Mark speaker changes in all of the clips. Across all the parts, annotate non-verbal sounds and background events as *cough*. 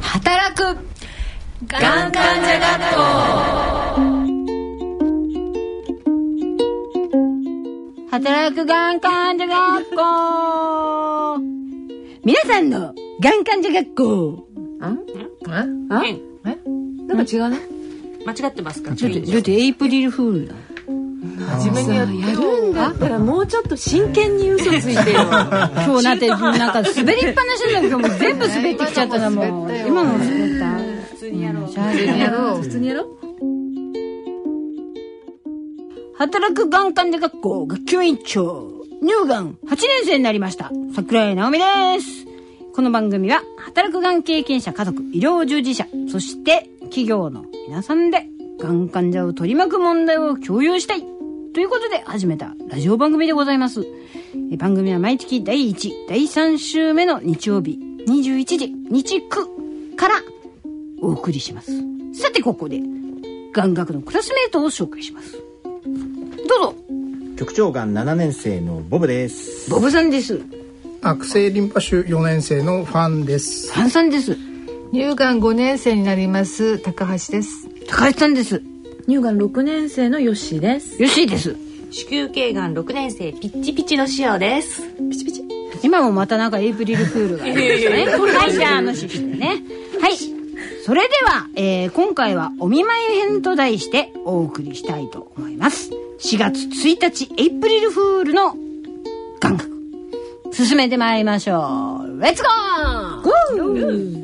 Speaker 1: 働く
Speaker 2: ガン患者学
Speaker 1: 校働くがん患者学校皆さんのがん患者学校あ
Speaker 2: ん
Speaker 1: あ
Speaker 2: 変
Speaker 1: えなんか違うね
Speaker 2: 間違ってますか
Speaker 1: ちょっとちょっとエイプリルフールだ
Speaker 2: 初めにやって
Speaker 3: やるんだったらもうちょっと真剣に嘘ついてよ
Speaker 1: *laughs* 今日なってなんか滑りっぱなしなんだけどもう全部滑ってきちゃった
Speaker 3: *laughs*
Speaker 1: なもう今のも滑った
Speaker 2: 普通にやろう
Speaker 1: じゃあやろう
Speaker 3: 普通にやろう
Speaker 1: 働くがん患者学校学級委員長乳がん8年生になりました桜井直美ですこの番組は働くがん経験者家族医療従事者そして企業の皆さんでがん患者を取り巻く問題を共有したいということで始めたラジオ番組でございますえ番組は毎月第1第3週目の日曜日21時日区からお送りしますさてここでがん学のクラスメートを紹介しますどうぞ
Speaker 4: 局長が7年生のボブです
Speaker 1: ボブさんです
Speaker 5: 悪性リンパ腫4年生のファンです
Speaker 1: ファンさんです
Speaker 6: 乳がん5年生になります高橋です
Speaker 1: 高橋さんです
Speaker 3: 乳がん6年生のヨッシーです
Speaker 1: よしいです
Speaker 2: 子宮頸がん6年生ピッチピチの塩です
Speaker 1: 今もまたなんかエイプリルフールがありましたねはいじゃあ無視してねはいそれでは、えー今回はお見舞い編と題してお送りしたいと思います4月1日エイプリルフールの感覚進めてまいりましょうレッツゴーゴー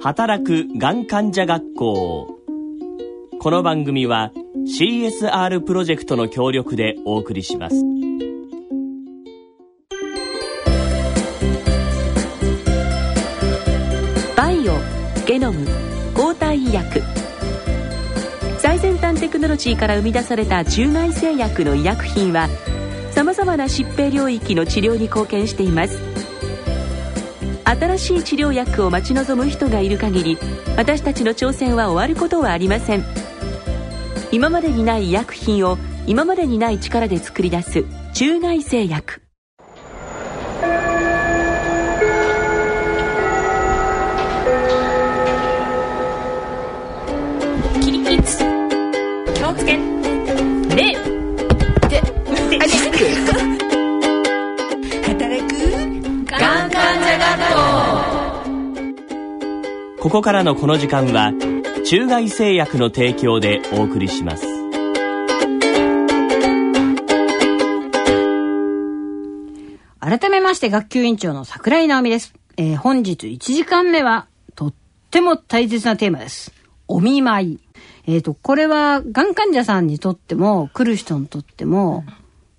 Speaker 7: 働くがん患者学校この番組は CSR プロジェクトの協力でお送りします
Speaker 8: バイオゲノム抗体医薬最先端テクノロジーから生み出された獣害製薬の医薬品はさまざまな疾病領域の治療に貢献しています新しい治療薬を待ち望む人がいる限り私たちの挑戦は終わることはありません今までにない医薬品を今までにない力で作り出す中外製薬
Speaker 2: キリキッズ気をつけねがん患者学校
Speaker 7: ここからのこの時間は中外製薬の提供でお送りします
Speaker 1: 改めまして学級委員長の桜井直美です。えー本日1時間目はとっても大切なテーマです。お見舞い。えっ、と、これはがん患者さんにとっても、来る人にとっても、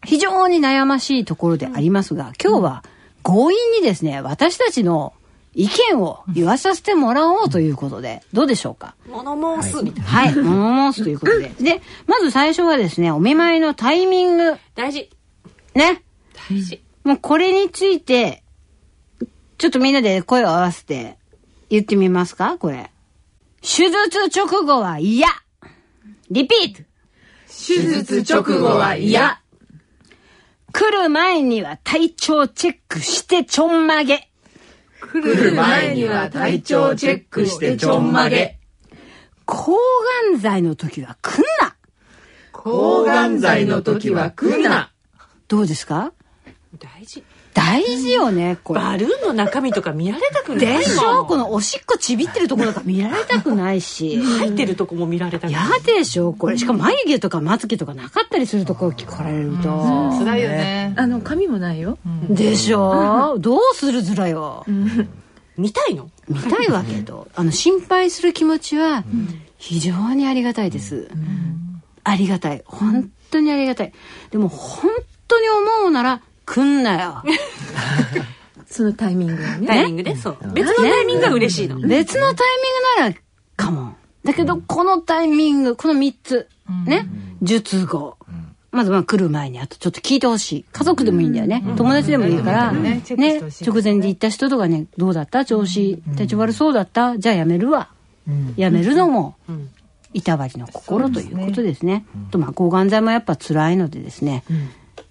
Speaker 1: 非常に悩ましいところでありますが、今日は強引にですね、私たちの意見を言わさせてもらおうということで、どうでしょうか
Speaker 2: 物申すみたいな
Speaker 1: はい、物申すということで。で、まず最初はですね、お見舞いのタイミング。
Speaker 2: 大事
Speaker 1: ね。
Speaker 2: 大事
Speaker 1: もうこれについて、ちょっとみんなで声を合わせて言ってみますかこれ。手術直後は嫌リピート
Speaker 3: 手術直後は嫌
Speaker 1: 来る前には体調チェックしてちょんまげ
Speaker 3: 来る前には体調チェックしてちょんまげ
Speaker 1: 抗がん剤の時は来んな
Speaker 3: 抗がん剤の時は来るな
Speaker 1: どうですか
Speaker 2: 大事
Speaker 1: 大事よね、これ。
Speaker 2: バルーンの中身とか見られたくない
Speaker 1: でしょこ
Speaker 2: の
Speaker 1: のおしっこちびってるところが見られたくないし。
Speaker 2: 入ってるとこも見られたくない
Speaker 1: 嫌でしょこれ。しかも眉毛とかまつ毛とかなかったりするところ聞かれると。
Speaker 6: 辛いよね
Speaker 3: あの髪もないよ
Speaker 1: でしょどうするずらよ。
Speaker 2: 見たいの
Speaker 1: 見たいわけど、あの、心配する気持ちは非常にありがたいです。ありがたい。本当にありがたい。でも本当に思うなら、来んなよ。
Speaker 3: そのタイミングはね
Speaker 2: タイミングでそう別のタイミングが嬉しいの
Speaker 1: 別のタイミングなら、かも。だけど、このタイミング、この3つ。ね。術後。まずまあ来る前にあとちょっと聞いてほしい。家族でもいいんだよね。友達でもいいから、ね、
Speaker 6: チェックしてほしい
Speaker 1: 直前で行った人とかね、どうだった調子、体調悪そうだったじゃあやめるわ。やめるのも、いたわりの心ということですね。と、まあ、抗がん剤もやっぱ辛いのでですね、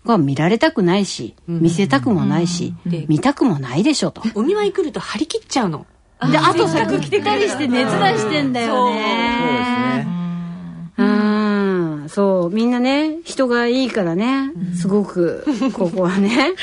Speaker 1: これは見られたくないし、見せたくもないし、見たくもないでしょと。
Speaker 2: お見舞い来ると張り切っちゃうの
Speaker 1: で、あとさ、ぐ来たりして熱出してんだよ
Speaker 4: そうです
Speaker 1: ね。
Speaker 4: ね。
Speaker 1: うんそうみんなね人がいいからね、すごくここはね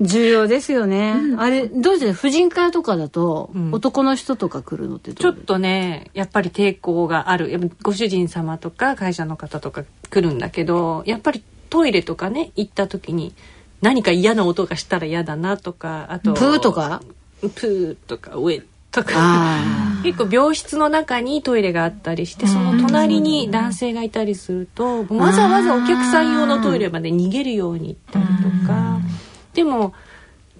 Speaker 1: 重要ですよね、あれどうして婦人会とかだと、男の人とか来るのって
Speaker 2: ち
Speaker 1: ど
Speaker 2: ょ
Speaker 1: う
Speaker 2: っとねやっぱり抵抗があるやっぱご主人様とか会社の方とか来るんだけどやっぱりトイレとかね行った時に何か嫌な音がしたら嫌だなとかあと
Speaker 1: プーとか
Speaker 2: プーとかウェとか
Speaker 1: あ
Speaker 2: 結構病室の中にトイレがあったりしてその隣に男性がいたりするとわざわざお客さん用のトイレまで逃げるように行ったりとかでも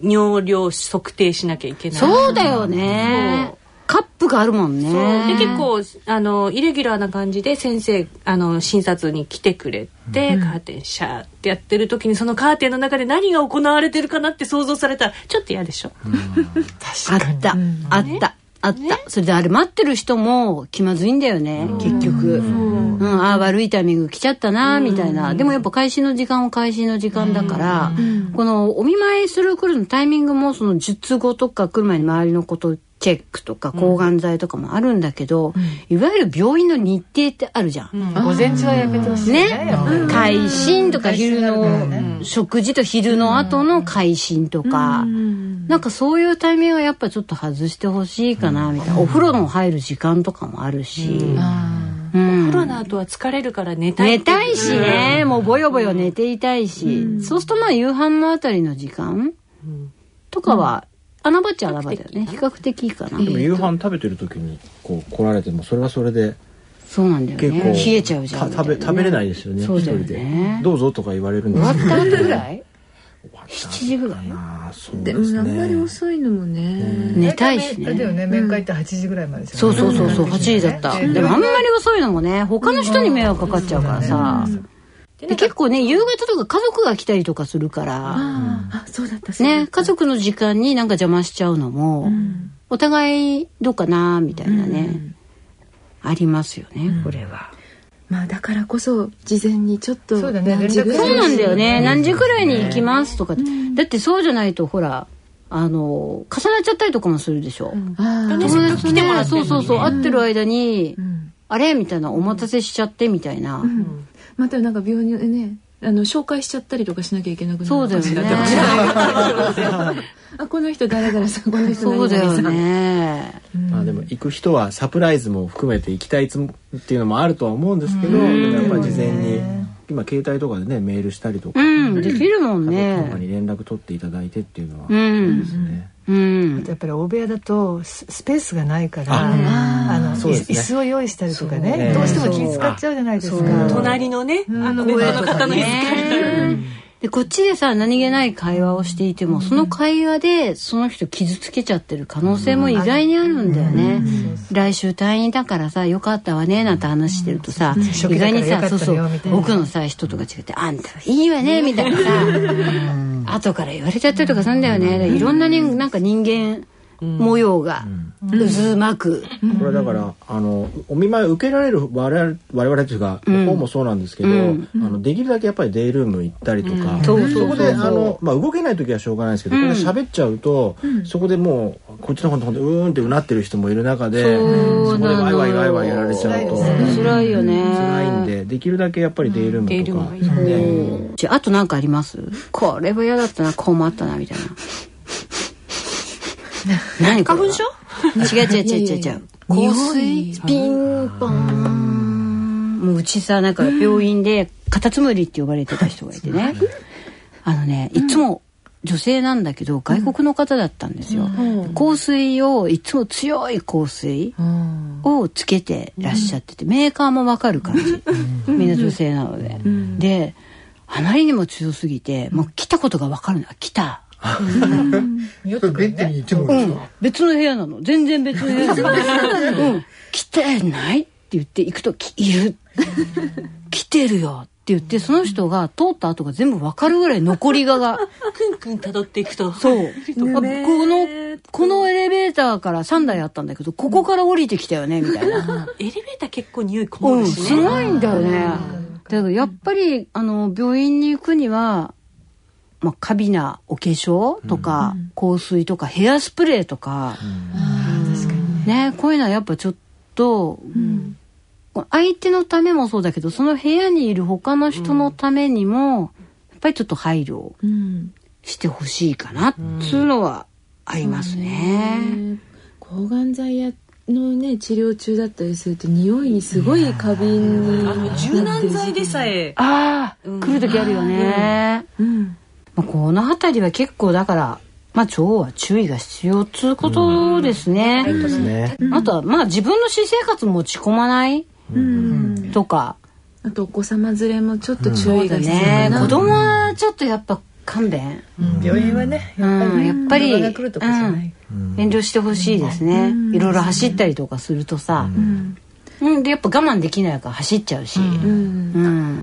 Speaker 2: 尿量測定しなきゃいけ
Speaker 1: あ
Speaker 2: ない
Speaker 1: そうだよね
Speaker 2: そう
Speaker 1: カップがあるもんね
Speaker 2: そうで結構あのイレギュラーな感じで先生あの診察に来てくれて、カーテンシャーってやってる時にそのカーテンの中で何が行われてるかなって想像されたらちょっと嫌でしょ、
Speaker 1: あった、あったあった、それであれ待ってる人も気まずいんだよね、結局、うんああ悪いタイミング来ちゃったなみたいな、でもやっぱ開始の時間は開始の時間だから、このお見舞いする来るのタイミングもその術後とか来る前に周りのことチェックとか抗がん剤とかもあるんだけど、いわゆる病院の日程ってあるじゃん、
Speaker 6: 午前中はやめてほしいね
Speaker 1: ね
Speaker 6: やっぱり
Speaker 1: 会心とか昼の食事と昼の後の会心とかなんかそういうタイミングはやっぱちょっと外してほしいかなみたいなお風呂の入る時間とかもあるしうん
Speaker 2: コロナとは疲れるから寝たい
Speaker 1: 寝たいしねもうぼよぼよ寝ていたいしそうするとまあ夕飯のあたりの時間とかは穴場っちゃ穴場だよね比較的いいかな
Speaker 4: でも夕飯食べてる時にこう来られてもそれはそれで
Speaker 1: そうなんだよ
Speaker 4: 結構
Speaker 1: ね冷えちゃうじゃん
Speaker 4: た食べ食べれないですよね。
Speaker 1: そう
Speaker 4: 一
Speaker 1: だよ
Speaker 4: 人
Speaker 1: ね
Speaker 4: でどうぞとか言われるんですけど。
Speaker 1: 終わった後ぐらい7時ぐらい
Speaker 4: ああそう
Speaker 3: で
Speaker 4: で
Speaker 3: も
Speaker 4: す
Speaker 3: あんまり
Speaker 4: ね。
Speaker 3: 遅いのもね
Speaker 1: 寝たいしね
Speaker 6: あれだよね面会って8時ぐらいまで
Speaker 1: そうそうそうそう8時だった、でもあんまり遅いのもね他の人に迷惑かかっちゃうからさ、で結構ね夕方とか家族が来たりとかするから、
Speaker 3: あそうだったそうだ
Speaker 1: ね
Speaker 3: っ
Speaker 1: 家族の時間になんか邪魔しちゃうのも、お互いどうかなみたいなね、ありますよねこれは、
Speaker 3: たまあだからこそ事前にちょっと
Speaker 6: そうだね
Speaker 3: 何時ぐらい
Speaker 1: そうなんだよね何時ぐらいに行きますとかって、だってそうじゃないとほらあの重なっちゃったりとかもするでしょ、
Speaker 3: ああ
Speaker 1: 友達来てもらって、そうそうそう会ってる間に、あれみたいなお待たせしちゃってみたいな、
Speaker 3: またなんか病院でねあの紹介しちゃったりとかしなきゃいけなくなる
Speaker 1: そうだよね
Speaker 3: あこの人誰々さんこの人
Speaker 1: そう
Speaker 3: 何々
Speaker 1: だ
Speaker 3: さん
Speaker 1: よね
Speaker 4: まあでも行く人はサプライズも含めて行きたいつもっていうのもあるとは思うんですけど、でもやっぱり事前に今携帯とかでねメールしたりとか、
Speaker 1: うんできるもん
Speaker 4: 家族とか
Speaker 1: ね
Speaker 4: に連絡取っていただいてっていうのは
Speaker 1: う。ん
Speaker 4: ですね
Speaker 1: うん
Speaker 6: やっぱり大部屋だとススペースがないから
Speaker 4: あ
Speaker 6: あの、
Speaker 4: そう
Speaker 6: い
Speaker 4: ですね
Speaker 6: 椅子を用意したりとかね
Speaker 4: そうね
Speaker 6: どうしても気使っちゃうじゃないですか
Speaker 2: 隣のね、あの別の方の椅子借りたり
Speaker 1: でこっちでさ何気ない会話をしていてもその会話でその人傷つけちゃってる可能性も意外にあるんだよね。来週退院だからさよかったわねなんて話してるとさ
Speaker 6: 初
Speaker 1: 意
Speaker 6: 期だ
Speaker 1: 外
Speaker 6: から
Speaker 1: に
Speaker 6: よかった
Speaker 1: さ
Speaker 6: のよ
Speaker 1: そうそう
Speaker 6: みたいな
Speaker 1: 奥のさ人とか違って「あんたいいわね」みたいなさ後から言われちゃったりとかするんだよね。いろんなねなんか人間模様が渦巻く。
Speaker 4: これだからあのお見舞い受けられる我々我々というか、方もそうなんですけど、
Speaker 1: うん
Speaker 4: あのできるだけやっぱりデイルーム行ったりとか、
Speaker 1: そうそうそうそう
Speaker 4: こであの、まあ、動けない時はしょうがないですけど、ここで喋っちゃうと、そこでもうこっちの方の方でうーんってうなってる人もいる中で
Speaker 1: そう
Speaker 4: そこでワイワイワイワイやられちゃうと
Speaker 1: 辛いよね。
Speaker 4: 辛いんでできるだけやっぱりデイルームとか、
Speaker 2: うん
Speaker 1: うんじゃああと何かありますこれは嫌だったな困ったなみ *laughs* たいな何花粉症違う違う違う違う違う香水ピンポーンもううちさなんか病院でカタツムリって呼ばれてた人がいてねあのねいつも女性なんだけど外国の方だったんですよ、香水をいつも強い香水、をつけてらっしゃってて、メーカーもわかる感じ、みんな女性なので、であまりにも強すぎてもう来たことがわかるのあ来た、
Speaker 5: それベッドに行っても
Speaker 1: う
Speaker 5: らうん
Speaker 1: ん、別の部屋なの全然別の部 *laughs* 屋なの、うん、来てないって言って行くときいる *laughs* 来てるよって言ってその人が通った後が全部わかるぐらい残りが *laughs* が
Speaker 2: クンクン辿っていくと
Speaker 1: そう。あこの、このエレベーターから3台あったんだけど、ここから降りてきたよね、みたいな。 *laughs*
Speaker 2: エレベーター結構匂いこも
Speaker 1: うん、
Speaker 2: る
Speaker 1: す
Speaker 2: しね、
Speaker 1: ごいんだよね。だけど、やっぱり、あの、病院に行くには、まあ、過敏なお化粧とか、香水とか、ヘアスプレーとか、ねこういうのはやっぱちょっと、相手のためもそうだけどその部屋にいる他の人のためにも、やっぱりちょっと配慮
Speaker 9: うん
Speaker 1: してほしいかなっていうのはありますね。
Speaker 9: 抗がん剤やのね治療中だったりすると匂いにすごい過敏に
Speaker 2: あの柔軟剤でさえ
Speaker 1: ああ、
Speaker 2: うん
Speaker 1: 来る時あるよね。
Speaker 9: うん
Speaker 1: まあ、この辺りは結構だから、まあ、腸は注意が必要っつうことですね。
Speaker 4: ですね。
Speaker 1: あとはまあ自分の私生活持ち込まない
Speaker 9: うん
Speaker 1: とか、
Speaker 9: あとお子様連れもちょっと注意が必要
Speaker 1: ね
Speaker 9: かな、
Speaker 1: 子供はちょっとやっぱ勘弁、
Speaker 3: 病院はね
Speaker 1: うん、やっぱり、
Speaker 3: 子
Speaker 1: う
Speaker 3: 供が
Speaker 1: ん
Speaker 3: 来るとこじゃない
Speaker 1: 遠慮してほしいですね、いろいろ走ったりとかするとさ、うんでやっぱ我慢できないから走っちゃうし、
Speaker 9: うん
Speaker 1: うん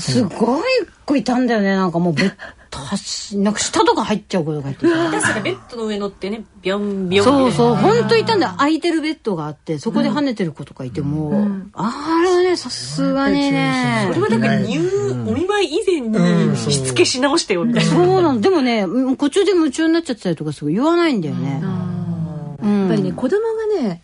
Speaker 1: すごい子いたんだよねなんかもうべっと走なんか下とか入っちゃう子とかいて
Speaker 2: 出したらベッドの上乗ってねビョンビョン
Speaker 1: そうそう
Speaker 2: う
Speaker 1: 本当いたんだよ空いてるベッドがあってそこで跳ねてる子とかいても、あれはねさすがにね
Speaker 2: これはだから入お見舞い以前にしつけし直してよみたいな、
Speaker 1: そうなのでもねうん途中で夢中になっちゃったりとかすごい言わないんだよね、うん
Speaker 9: やっぱりね子供がね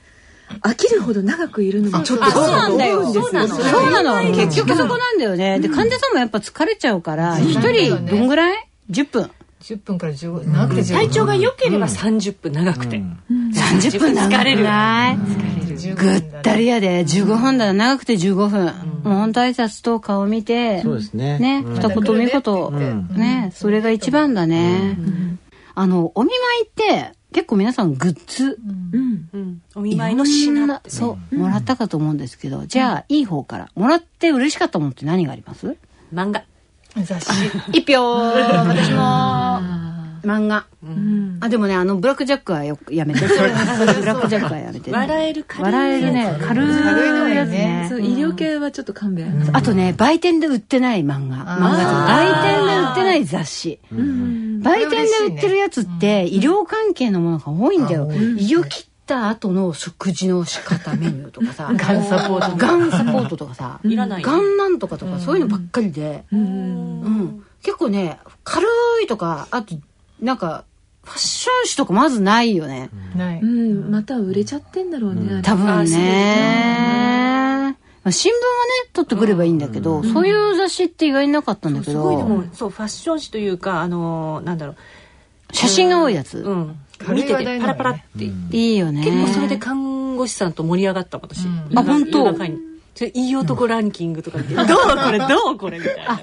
Speaker 9: 飽きるほど長くいるのもちょっと
Speaker 1: そうなんだよ。
Speaker 9: 思うんで
Speaker 1: そ
Speaker 9: す
Speaker 1: うなの。そうなの。結局そこなんだよね。で、患者さんもやっぱ疲れちゃうから、一人どんぐらい ?10 分。
Speaker 6: 10分から15分長くて15分
Speaker 2: 体調が良ければ30分長くて、
Speaker 1: 30分なんか
Speaker 2: 疲れる
Speaker 1: ない
Speaker 6: 15
Speaker 1: ぐ
Speaker 6: 分だ
Speaker 1: ったりやで、15分だな長くて15分。もう本当挨拶と顔見て、
Speaker 4: そうですね。
Speaker 1: ね、
Speaker 4: うん
Speaker 1: 二言三言、ね、それが一番だね。あの、お見舞いって、結構皆さんグッズ、
Speaker 2: うんお見舞いの品って
Speaker 1: そう、もらったかと思うんですけど、じゃあ、いい方から。もらって嬉しかったものって何があります
Speaker 2: 漫画
Speaker 6: 雑誌
Speaker 1: 一票私も漫画、あでもねあのブラックジャックはよやめて *laughs* ブラックジャックはやめて、
Speaker 2: 笑えるから
Speaker 1: 笑えるね軽いやつね
Speaker 9: そう医療系はちょっと勘弁、
Speaker 1: あとね売店で売ってない漫画漫画じゃない売店で売ってない雑誌売店で売ってるやつって医療関係のものが多いんだよ、胃を切った後の食事の仕方メニューとかさ
Speaker 6: ガンサポート
Speaker 1: ガンサポートとかさ
Speaker 2: いらない
Speaker 1: ガンなんとかとかそういうのばっかりで、うん、結構ね軽いとかあとなんかファッション誌とかまずないよね
Speaker 6: ない
Speaker 9: うん、また売れちゃってんだろうね、
Speaker 1: 多分ねまあ新聞はね取ってくればいいんだけど、そういう雑誌って意外になかったんだけ
Speaker 2: すごいで
Speaker 1: ど
Speaker 2: もそうファッション誌というかあのーなんだろ
Speaker 1: 写真が多いやつ、
Speaker 2: ううん
Speaker 6: 軽い
Speaker 2: 見て
Speaker 6: 話
Speaker 2: て
Speaker 6: 題
Speaker 2: パラ
Speaker 6: なのね
Speaker 2: パラって、
Speaker 1: いいよね
Speaker 2: 結構それで看護師さんと盛り上がった私、
Speaker 1: あ本当
Speaker 2: 夜中にそれいい男ランキングとか言ってどうこれどうこれみたいな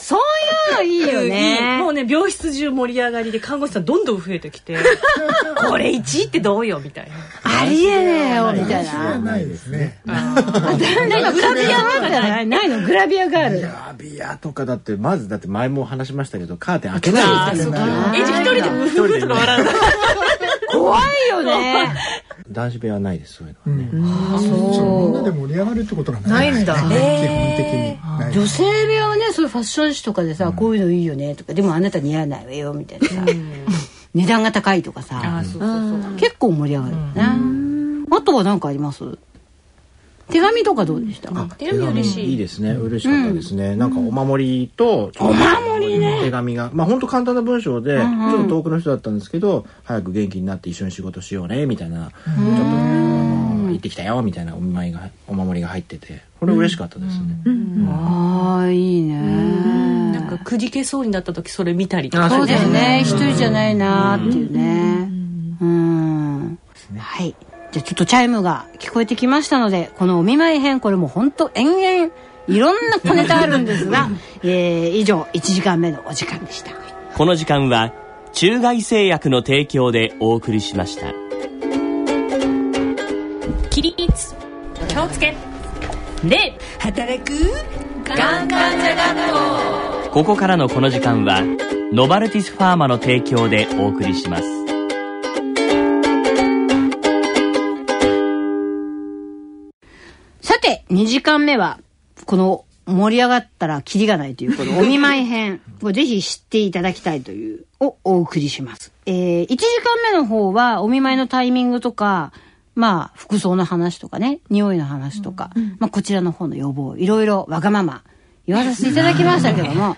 Speaker 1: そういうのいいよね
Speaker 2: もうね病室中盛り上がりで看護師さんどんどん増えて *laughs* きてこれ1位ってどうよみたいな
Speaker 1: ありえねえよみたいな
Speaker 5: ないですね。
Speaker 1: なんかグラビアなんじゃないないのグラビアガール
Speaker 4: ラビアとかだってまずだって前も話しましたけどカーテン開けないですからね
Speaker 2: えじゃあ一人でムフフとか笑うの
Speaker 1: 怖いよね
Speaker 4: 男子部屋はないですそういうのはね、
Speaker 5: みんなで盛り上がるってことがないですね
Speaker 6: ないん
Speaker 5: 基本的にない。
Speaker 1: 女性部屋はねそういうファッション誌とかでさ、こういうのいいよねとかでもあなた似合わないわよみたいなさ値段が高いとかさ
Speaker 2: そうそうそう
Speaker 1: 結構盛り上がるよね、あとは何かあります手紙とかどうでした
Speaker 2: 手紙嬉しい
Speaker 4: いいですね嬉しかったですね、なんかお守りとお守りね手紙がまあ本当簡単な文章で、ちょっと遠くの人だったんですけど早く元気になって一緒に仕事しようねみたいな、ちょっとあの行ってきたよみたいなお見舞いがお守りが入っててこれ嬉しかったですね、
Speaker 1: ああいいね
Speaker 2: なんかくじけそうになった時それ見たりと
Speaker 4: あ
Speaker 2: か
Speaker 1: そうだよね一人じゃないなーっていうねうんはいじゃあちょっとチャイムが聞こえてきましたのでこのお見舞い編これも本当延々いろんな小ネタあるんです *laughs* が、えー、以上1時間目のお時間でした
Speaker 7: この時間は中外製薬の提供でお送りしました
Speaker 10: 起立気をつけ礼働くがん患者学校
Speaker 7: ここからのこの時間はノバルティスファーマの提供でお送りします
Speaker 1: さて2時間目はこの盛り上がったらキリがないというこのお見舞い編これぜひ知っていただきたいというをお送りします。えー、1時間目の方はお見舞いのタイミングとかまあ服装の話とかね匂いの話とか、まあ、こちらの方の予防いろいろわがまま言わさせていただきましたけども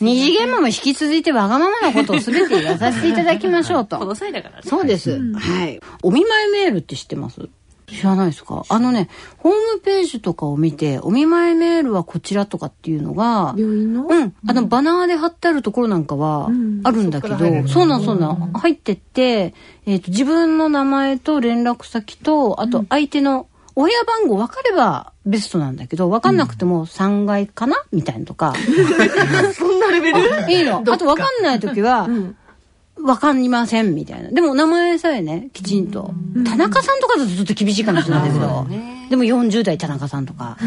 Speaker 1: 二次元も引き続いてわがままなことを全て言わさせていただきましょうと。
Speaker 2: この際だからね
Speaker 1: そうです。はい。お見舞いメールって知ってます知らないですかあのね、ホームページとかを見て、お見舞いメールはこちらとかっていうのが、
Speaker 9: 病院の
Speaker 1: うん、あの、バナーで貼ってあるところなんかは
Speaker 9: うん
Speaker 1: あるんだけど、
Speaker 9: そっから入れる
Speaker 1: そうなんそうなん、入ってって、えっ、と、自分の名前と連絡先と、あと相手のお部屋番号分かればベストなんだけど、分かんなくても3階かなみたいなとか。
Speaker 2: そんなレベル
Speaker 1: あいいの。あと分かんない時は、分かりませんみたいな。でも名前さえね、きちんと。田中さんとかだとちょっと厳しいかもしれないけど、でも40代田中さんとか。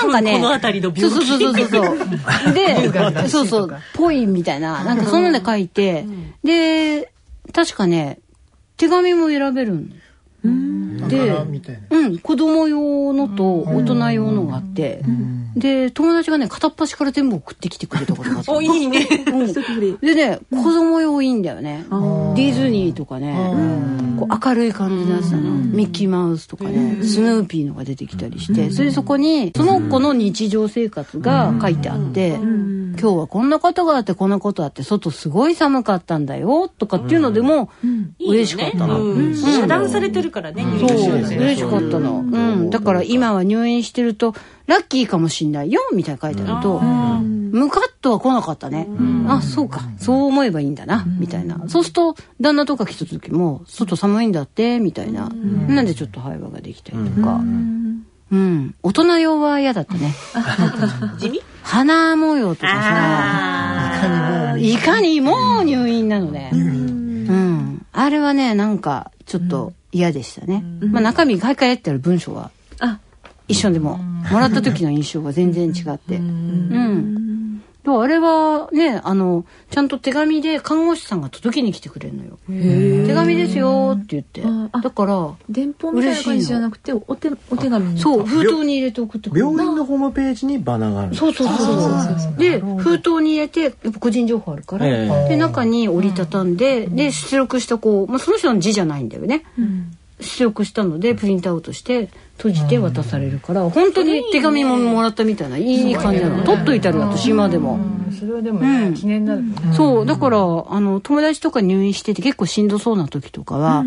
Speaker 1: なんかね。
Speaker 2: この辺りの病気
Speaker 1: そうそうそうそうそう。で、そうそう、ぽいみたいな、なんかそんなの書いて、で、確かね、手紙も選べるんで、
Speaker 5: みたいな。
Speaker 1: うん、子供用のと大人用のがあって、で、友達がね、片っ端から全部送ってきてくれたことがあって。
Speaker 2: おいいね
Speaker 1: うんでね、子供用いいんだよね。ディズニーとかね、こう明るい感じのやつなの。ミッキーマウスとかね、スヌーピーのが出てきたりして、それでそこに、その子の日常生活が書いてあって、今日はこんなことがあって、こんなことあって、外すごい寒かったんだよ、とかっていうのでも、 *laughs* 嬉しかったの。
Speaker 2: うん遮断されてるからね、入
Speaker 1: そ
Speaker 2: り
Speaker 1: う
Speaker 2: 口がね
Speaker 1: 嬉しかったの、うん、だから今は入院してるとラッキーかもしんないよみたいな書いてあるとムカッとは来なかったね、あそうかそう思えばいいんだな、みたいなそうすると旦那とか来た時も外寒いんだってみたいな、なんでちょっと会話ができたりとか、うん、大人用は嫌だった *laughs* ね。
Speaker 2: 地味
Speaker 1: 花模様とかさ、いかにも入院なのね。うん。あれはね、なんか、ちょっと嫌でしたね。まあ中身書い換えってある文章は、
Speaker 9: あ
Speaker 1: 一緒でも、もらった時の印象は全然違って。うん。でもあれはね、あの、ちゃんと手紙で看護師さんが届けに来てくれるのよ。手紙ですよって言って
Speaker 9: あ。あ
Speaker 1: だから、
Speaker 9: 電報みたいな感じじゃなくてお手お手紙に
Speaker 1: そう、封筒に入れて送ってくれる
Speaker 4: 病院のホームページにバナーがある
Speaker 1: そうそうそうそう。で、封筒に入れて、やっぱ個人情報あるから、
Speaker 4: ええ
Speaker 1: で、中に折りたたんで、で、出力したこう、まあ、その人の字じゃないんだよね。出力したので、プリントアウトして、閉じて渡されるから、本当に手紙ももらったみたいな、いい感じなの。取っといたら、私今でも。
Speaker 6: それはでもね、
Speaker 1: うん
Speaker 6: 記念になるとね
Speaker 1: そう、だから、あの、友達とか入院してて結構しんどそうな時とかは、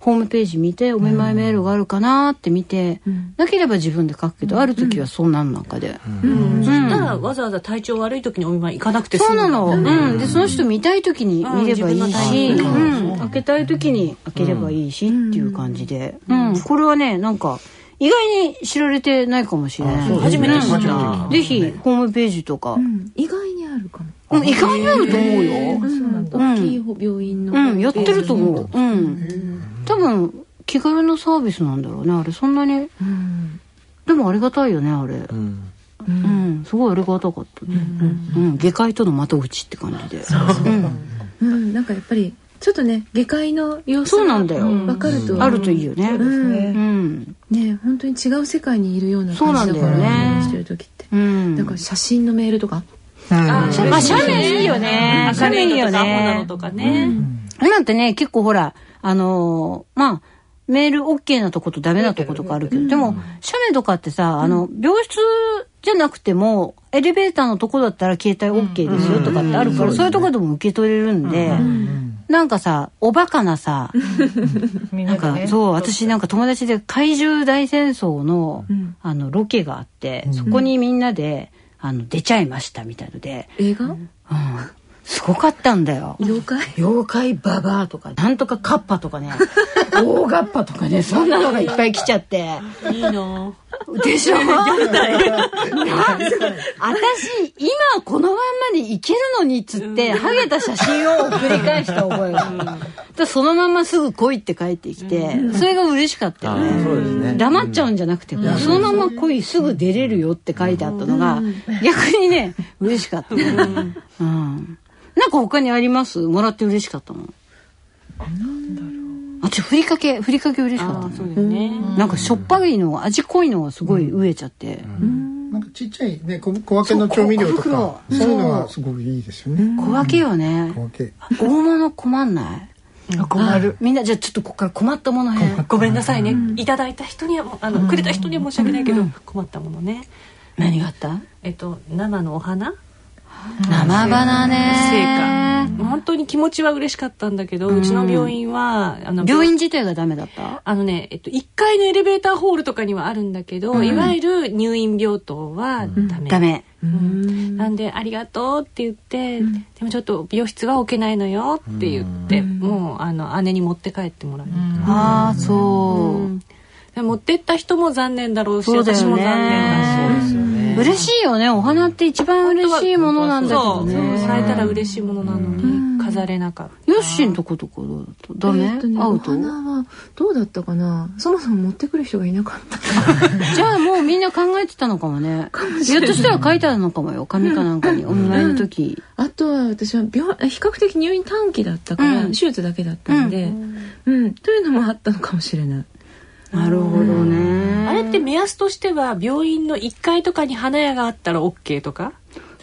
Speaker 1: ホームページ見て、お見舞いメールがあるかなって見て、なければ自分で書くけど、ある時はそんなん中で。
Speaker 2: うんそしたらわざわざ体調悪い時にお見舞い行かなくて済
Speaker 1: そう
Speaker 2: む
Speaker 1: なの。うん。で、その人見たい時に見ればいいし、
Speaker 2: うん自
Speaker 1: うん。開けたい時に開ければいいしっていう感じで。うん。これはね、なんか、意外に知られてないかもしれない。
Speaker 4: 初めて知った
Speaker 1: うんぜひ、ホームページとか。
Speaker 9: うん意外にあるか
Speaker 1: う
Speaker 9: も、
Speaker 1: ん、意外にあると思うよ。
Speaker 9: うん、大きい病院の、
Speaker 1: うん、やってると思う。うん。多分、気軽なサービスなんだろうね、あれ。そんなに。でもありがたいよね、あれ。
Speaker 4: うん
Speaker 1: うん、すごいありがたかったね。うん、下界との窓口って感じで。うん
Speaker 9: うん、なんかやっぱりちょっとね下界の様子
Speaker 1: そうな
Speaker 9: が
Speaker 1: んだよ
Speaker 9: 分かると、
Speaker 1: あるといいよね。
Speaker 9: うん
Speaker 1: うん。
Speaker 9: ね本当に違う世界にいるような感じだ
Speaker 1: そうな
Speaker 9: から
Speaker 1: んだよね
Speaker 9: してる時って、
Speaker 1: うん。
Speaker 9: なんか写真のメールとか
Speaker 1: まあ、斜面いいよね。
Speaker 2: 明る
Speaker 1: 斜
Speaker 2: い
Speaker 1: 面いいよ
Speaker 2: のとか青なの
Speaker 1: ね。
Speaker 2: とかね、
Speaker 1: 今ってね、結構ほら、あのーまあ、メール OK なとことダメなとことかあるけど、でも、斜面とかってさ、あの、病室じゃなくても、エレベーターのとこだったら携帯 OK ですよとかってあるから、そういうとこでも受け取れるんで、なんかさ、おバカなさ、
Speaker 6: みん
Speaker 1: な
Speaker 6: なんでね
Speaker 1: か、そう、私なんか友達で怪獣大戦争の、あの、ロケがあって、そこにみんなで、あの、出ちゃいましたみたいので、
Speaker 9: 映画
Speaker 1: うんすごかったんだよ。
Speaker 9: 妖怪
Speaker 10: 妖怪ババアとか
Speaker 1: なんとかカッパとかね、
Speaker 10: 大ガッパとかね
Speaker 1: そんなのがいっぱい来ちゃって。
Speaker 2: いいの
Speaker 1: でしょ *laughs* なんで私、今このまんまでいけるのにっつって、ハゲた写真を送り返した覚えがある。だからそのまんますぐ来いって帰ってきて、それが嬉しかったよね。
Speaker 4: そうですね
Speaker 1: 黙っちゃうんじゃなくて、もうそのまま来いすぐ出れるよって書いてあったのが、逆にね、嬉しかった。うん。なんか他にありますもらって嬉しかったもん。なんだろう。あ、ちょ、ふりかけ、ふりかけ嬉しかった
Speaker 2: あ
Speaker 1: ね
Speaker 2: そうですね、
Speaker 1: なんかしょっぱいの、味濃いのがすごい飢えちゃって。
Speaker 5: なんかちっちゃいね、小小分けの調味料とか、
Speaker 1: そう小分けの
Speaker 5: そういうのがすごくいいですよね。
Speaker 1: 小分けよね
Speaker 5: 小。分け。
Speaker 1: 大物困んない困る。みんなじゃあちょっとここから困ったものへ。
Speaker 2: ごめんなさいね、いただいた人にはもうあのくれた人には申し訳ないけど、困ったものね
Speaker 1: 何があった
Speaker 2: えっと生のお花
Speaker 1: 生花ね
Speaker 2: 成果本当に気持ちは嬉しかったんだけど、うちの病院はあの
Speaker 1: 病院自体がダメだった
Speaker 2: あのね、えっと、1階のエレベーターホールとかにはあるんだけど、
Speaker 1: うん
Speaker 2: いわゆる入院病棟はダメ、
Speaker 1: ダメ
Speaker 2: うんなんで「ありがとう」って言って、でもちょっと病室は置けないのよ」って言って、もうあの姉に持って帰ってもらう、
Speaker 1: ああそう
Speaker 2: で持ってった人も残念だろうし
Speaker 1: そうだよ
Speaker 2: 私
Speaker 1: ね
Speaker 2: も残念だし。
Speaker 1: 嬉しいよねお花って一番嬉しいものなんだけ
Speaker 2: そ
Speaker 1: ど
Speaker 2: う、そう
Speaker 1: ね
Speaker 2: 咲いたら嬉しいものなのに飾れなかった。
Speaker 1: ヨッシーのとことこどうだったダメ、
Speaker 9: えっとね、
Speaker 1: ア
Speaker 9: お
Speaker 1: ウト
Speaker 9: 花はどうだったかなそもそも持ってくる人がいなかった
Speaker 1: じゃあもうみんな考えてたのかもねひょっとしたら書いてあるのかもよ紙かなんかにお見舞いの時、
Speaker 9: あとは私は病比較的入院短期だったから、
Speaker 1: うん
Speaker 9: 手術だけだったんで、うんというのもあったのかもしれない
Speaker 1: なるほどね
Speaker 2: あれって目安としては病院の1階とかに花屋があったら OK とか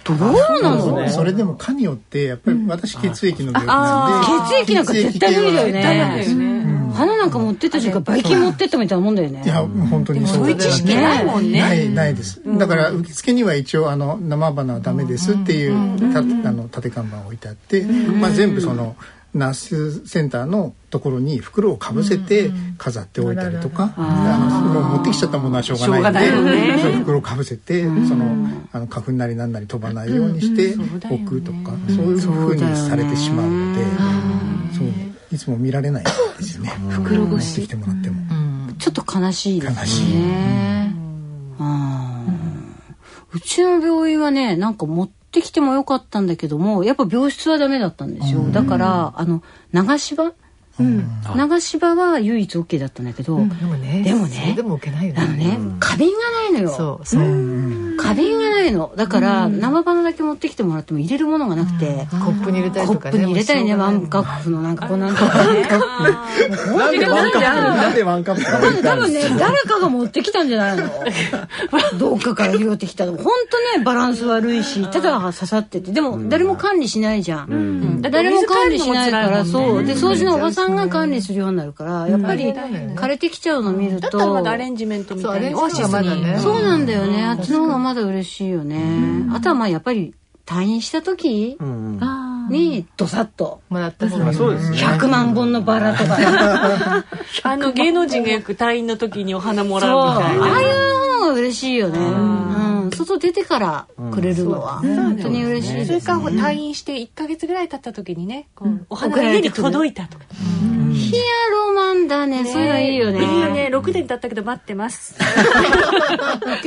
Speaker 1: どうなの
Speaker 5: それでも科によってやっぱり私血液の病気なんで、
Speaker 2: あ
Speaker 1: 血液なんか絶対無理だよ
Speaker 5: 血液系は
Speaker 1: ね花なんか持ってった瞬間ばい菌持ってったみたいなもんだよね
Speaker 5: いや本当にそう
Speaker 2: そういう知識ないもんね
Speaker 5: ないないですだから受付には一応あの生花はダメですっていうたあの立て看板を置いてあって、まあ、全部そのナースセンターのところに袋をかぶせて飾っておいたりとか、あのもう持ってきちゃったものはしょうがないんでそういう袋をかぶせてそのあの花粉なりなんなり飛ばないようにして置くとか、そういうふうにされてしまうので、そういつも見られないんですよね袋越し持ってきてもらっても。
Speaker 1: ちょっと悲しいですね
Speaker 5: 悲しい
Speaker 1: あーうちの病院はねなんか持ってきてもよかったんだけどもやっぱ病室はダメだったんですよだからあの流し場流し場は唯一 OK だったんだけど、
Speaker 6: でもね
Speaker 1: でもね
Speaker 6: それでも置けないよ
Speaker 1: あのね、花瓶がないのよ
Speaker 6: そうそう、
Speaker 1: 花瓶がないのだから、生花だけ持ってきてもらっても入れるものがなくて、
Speaker 6: コップに入れたり
Speaker 1: コ
Speaker 6: と
Speaker 1: ッ
Speaker 6: か
Speaker 1: プ
Speaker 6: ね
Speaker 1: に入れたいね
Speaker 6: もう
Speaker 1: ワ
Speaker 6: しょうがない
Speaker 1: ンカップのなんかこうなんとかね
Speaker 4: なんでワンカップなんでワンカップ
Speaker 1: 多分多分ね誰かが持ってきたんじゃないのどっかから拾ってきたの本当ねバランス悪いしただ刺さっててでも誰も管理しないじゃん、誰も管理しないから、そうで掃除のおばさんが管理するようになるからやっぱり枯れてきちゃうの見る
Speaker 2: だったらま
Speaker 1: と
Speaker 2: だアレンジメントみ
Speaker 6: そう
Speaker 2: た
Speaker 6: あ
Speaker 2: い
Speaker 6: れ
Speaker 2: な
Speaker 6: オアシスまだね
Speaker 1: そうなんだよねあっちの方がまだ嬉しいよねあとはまあやっぱり退院した時
Speaker 4: うん
Speaker 1: にドサッと
Speaker 6: もらった方
Speaker 4: ま
Speaker 6: が
Speaker 4: あそうですね
Speaker 1: 100万本のバラとか
Speaker 2: あの芸能人がよく退院の時にお花もら
Speaker 1: そう
Speaker 2: うみたいな
Speaker 1: ああいうのが嬉しいよね、うん、外出てからくれるのは、本当に嬉しいです、
Speaker 2: それから退院して1か月ぐらい経った時にねこうお花が
Speaker 1: 送ら
Speaker 2: 家
Speaker 1: れて
Speaker 2: に
Speaker 1: くる
Speaker 2: 届いたとか
Speaker 1: ヒアロマンだねそういうのいいよね
Speaker 2: いいね6年経ったけど待ってます
Speaker 1: エイプリルフー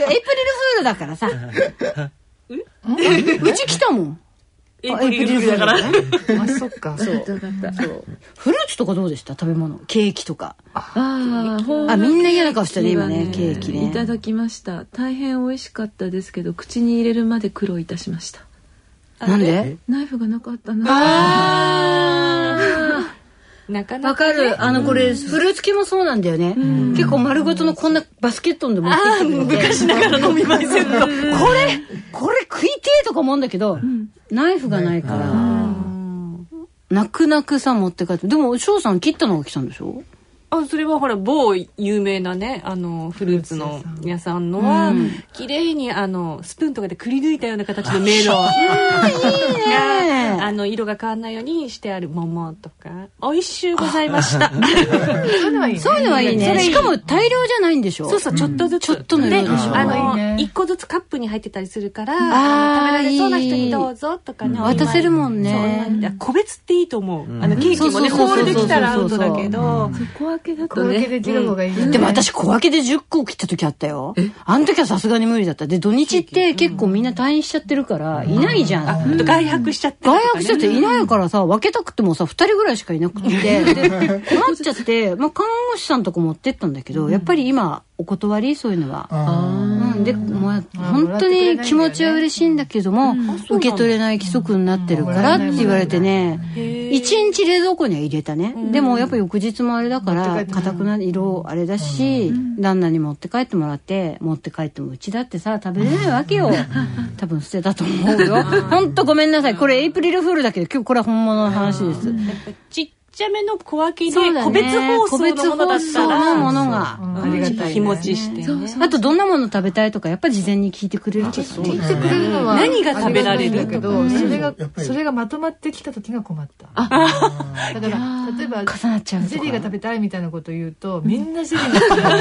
Speaker 1: ルだからさうち来たもん
Speaker 2: エイプリルフールだから
Speaker 1: エイプリルフールだね
Speaker 6: あそっか
Speaker 9: よかった
Speaker 1: フルーツとかどうでした食べ物ケーキとか
Speaker 9: あーほん
Speaker 1: あみんな嫌な顔してるね今
Speaker 9: は
Speaker 1: ねケーキね
Speaker 9: いただきました大変美味しかったですけど口に入れるまで苦労いたしました
Speaker 1: なんで
Speaker 9: ナイフがなかったな
Speaker 2: なかな
Speaker 1: わか
Speaker 2: か
Speaker 1: るあのこれフルーツ系もそうなんだよね結構丸ごとのこんなバスケットンで持ってきてくれて
Speaker 2: 昔ながらの見舞いセット
Speaker 1: これこれ食いてえとか思うんだけど、ナイフがないから泣く泣くさ持って帰ってでも翔さん切ったのが来たんでしょ
Speaker 2: あそれはほら某有名なねあのフルーツの屋さんのは、綺麗にあのスプーンとかでくり抜いたような形の迷路 *laughs* があの色が変わらないようにしてある桃とかおいしゅうございました
Speaker 6: そういうのはいいね
Speaker 1: そういうのはいいねしかも大量じゃないんでしょ
Speaker 2: *laughs* そうそうちょっとずつ、
Speaker 1: ちょっとの
Speaker 2: で
Speaker 1: 量でしょ
Speaker 2: あ
Speaker 6: いい
Speaker 2: の
Speaker 6: ね
Speaker 2: 一個ずつカップに入ってたりするから
Speaker 1: あー
Speaker 2: あの食べられそうな人にどうぞとかねお祝い
Speaker 1: 渡せるもん
Speaker 2: そうお祝い
Speaker 1: ね
Speaker 2: いや個別っていいと思う、あのケーキもね
Speaker 1: そうそうそうそう
Speaker 2: ホールできたらアウトだけど、
Speaker 9: 小分けだ
Speaker 6: 小
Speaker 9: と
Speaker 6: 分けで
Speaker 9: ね
Speaker 6: きる方がいいよね
Speaker 1: でも私小分けで10個切った時あったよあの時はさすがに無理だったで土日って結構みんな退院しちゃってるからいないじゃん、
Speaker 2: あと外泊しちゃってとか
Speaker 1: 外
Speaker 2: ね
Speaker 1: 泊者っていないからさ、分けたくてもさ、二人ぐらいしかいなくて、 *laughs* で困っちゃって、まあ、看護師さんとか持ってったんだけど、やっぱり今、お断りそういうのは。うん、で、まあ、本当に気持ちは嬉しいんだけども、受け取れない規則になってるからって言われてね、一日冷蔵庫には入れたね。でもやっぱ翌日もあれだから、硬くなる色あれだし、旦那に持って帰ってもらって、持って帰ってもうちだってさ、食べれないわけよ。多分捨てたと思うよ。ほんとごめんなさい。これエイプリルフールだけど、今日これは本物の話です。
Speaker 2: ちっちゃめの小分けで
Speaker 1: そうだね
Speaker 2: 個別包装のものだった
Speaker 1: 個別
Speaker 2: ら
Speaker 1: 包装のものが
Speaker 2: うん
Speaker 1: ありがたいね
Speaker 2: 日持ちしてね
Speaker 1: あとどんなもの食べたいとかやっぱ事前に聞いてくれる聞
Speaker 6: 聞いてくれるのは
Speaker 2: 何が食べられる
Speaker 6: ありがたいんだけど、それが
Speaker 1: やっぱり
Speaker 6: それがまとまってきた時が困った。だから例えば
Speaker 1: 重なっちゃうとか
Speaker 6: ゼリーが食べたいみたいなことを言うと、みんなゼリーが食べたい。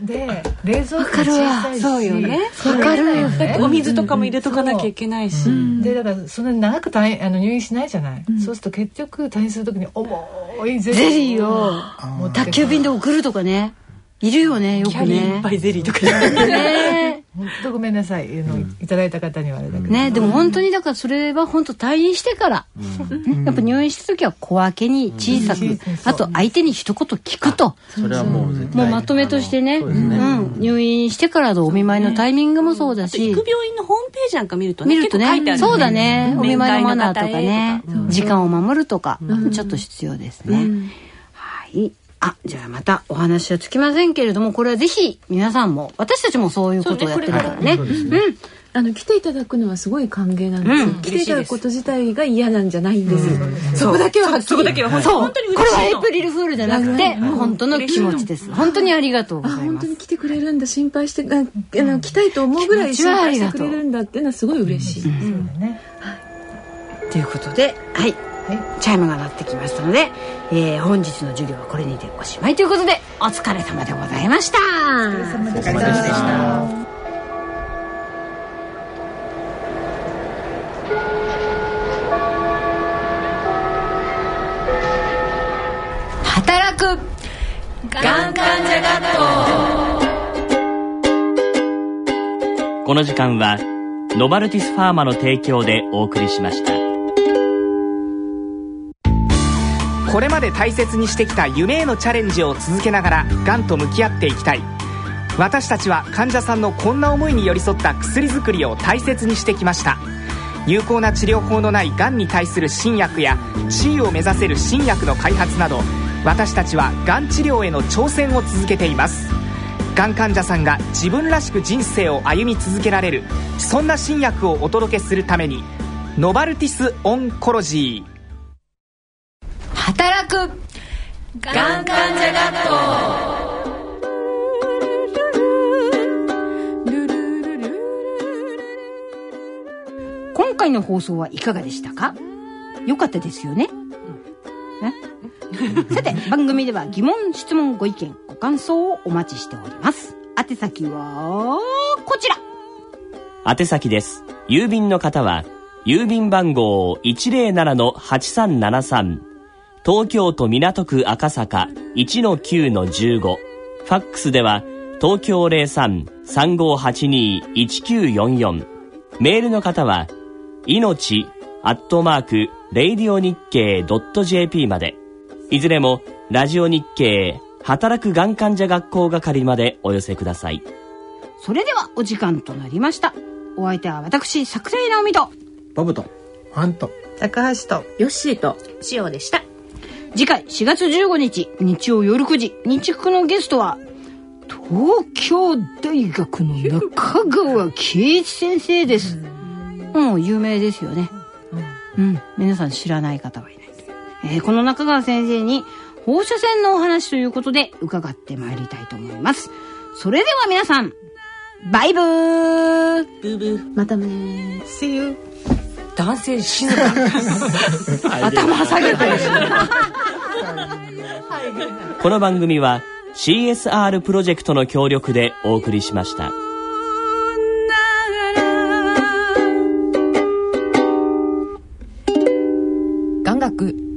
Speaker 6: で冷蔵庫も小さいし、
Speaker 2: そうよね
Speaker 6: わかるよね
Speaker 2: だってお水とかも入れとかなきゃいけないし、
Speaker 6: でだからそんなに長く退院あの入院しないじゃない、そうすると結局退院する時に重いゼ
Speaker 1: ゼ
Speaker 6: リー
Speaker 1: リーをもう宅急便で送るとかねいるよねよくねいっぱ
Speaker 2: いゼリーとか
Speaker 1: ね
Speaker 6: 本当ごめんなさいあのいただいた方にはあれだけど、
Speaker 1: ねでも本当にだからそれは本当退院してから、ねやっぱ入院した時は小分けに小さく、あと相手に一言聞くと
Speaker 4: それはもう絶対
Speaker 1: もうまとめとしてね
Speaker 4: ですね
Speaker 1: うん、入院してからのお見舞いのタイミングもそうだし、
Speaker 2: 行く病院のホームページなんか見るとね
Speaker 1: 見ると
Speaker 2: 結構書いてあ
Speaker 1: ね
Speaker 2: る
Speaker 1: そうだね、お見舞いのマナーとか
Speaker 2: 面
Speaker 1: ね
Speaker 2: 会の方へとかうん
Speaker 1: 時間を守るとか、ちょっと必要ですね、はいあじゃあまたお話はつきませんけれどもこれはぜひ皆さんも私たちもそういうことをやってるからね
Speaker 9: そううねこれ
Speaker 1: ん
Speaker 9: あの来ていただくのはすごい歓迎なんですよ、
Speaker 1: うん
Speaker 9: 来ていただくこと自体が嫌なんじゃないんです、そこだけははっきり
Speaker 1: そう
Speaker 9: 本当に
Speaker 1: これ
Speaker 9: 嬉しいの
Speaker 1: はエイプリルフールじゃなくて
Speaker 9: うんうん
Speaker 1: 本当の気持ちです本当にありがとうございます
Speaker 9: 本当に来てくれるんだ心配してなあの来たいと思うぐらい
Speaker 1: 気持ちは
Speaker 9: 心
Speaker 1: あ
Speaker 9: 配
Speaker 1: り
Speaker 9: し
Speaker 1: が
Speaker 9: て
Speaker 1: と
Speaker 9: く
Speaker 1: う
Speaker 9: れるんだっていうのはすごい嬉しいです、
Speaker 1: ということで、はい、チャイムが鳴ってきましたので、えー本日の授業はこれにておしまいということで、お疲れ様でございました。
Speaker 3: お疲れ様でした。
Speaker 10: 働くがん患者学校
Speaker 7: この時間はノバルティスファーマの提供でお送りしました
Speaker 11: これまで大切にしてきた夢へのチャレンジを続けながらがんと向き合っていきたい私たちは患者さんのこんな思いに寄り添った薬作りを大切にしてきました有効な治療法のないがんに対する新薬や地位を目指せる新薬の開発など私たちはがん治療への挑戦を続けていますがん患者さんが自分らしく人生を歩み続けられるそんな新薬をお届けするためにノバルティスオンコロジー
Speaker 10: 働くがん患者学校
Speaker 1: 今回の放送はいかがでしたか良かったですよねえさて番組では疑問質問ご意見ご感想をお待ちしております宛先はこちら
Speaker 7: 宛先です郵便の方は郵便番号107-8373東京都港区赤坂1-9-15ファックスでは東京03-3582-1944メールの方は命アットマークレイディオ日経 .jp までいずれもラジオ日経働くがん患者学校係までお寄せください
Speaker 1: それではお時間となりましたお相手は私桜井直美と
Speaker 4: バブと
Speaker 5: ファンと
Speaker 1: 高橋とヨッシーと塩でした次回4月15日日曜夜9時日服のゲストは東京大学の中川圭一先生ですもう有名ですよねうん皆さん知らない方はいない、えーこの中川先生に放射線のお話ということで伺ってまいりたいと思いますそれでは皆さんバイブーブーブーまたね See you
Speaker 2: 男性静か
Speaker 1: 頭下げてる
Speaker 7: この番組は CSR プロジェクトの協力でお送りしました。
Speaker 12: 眼学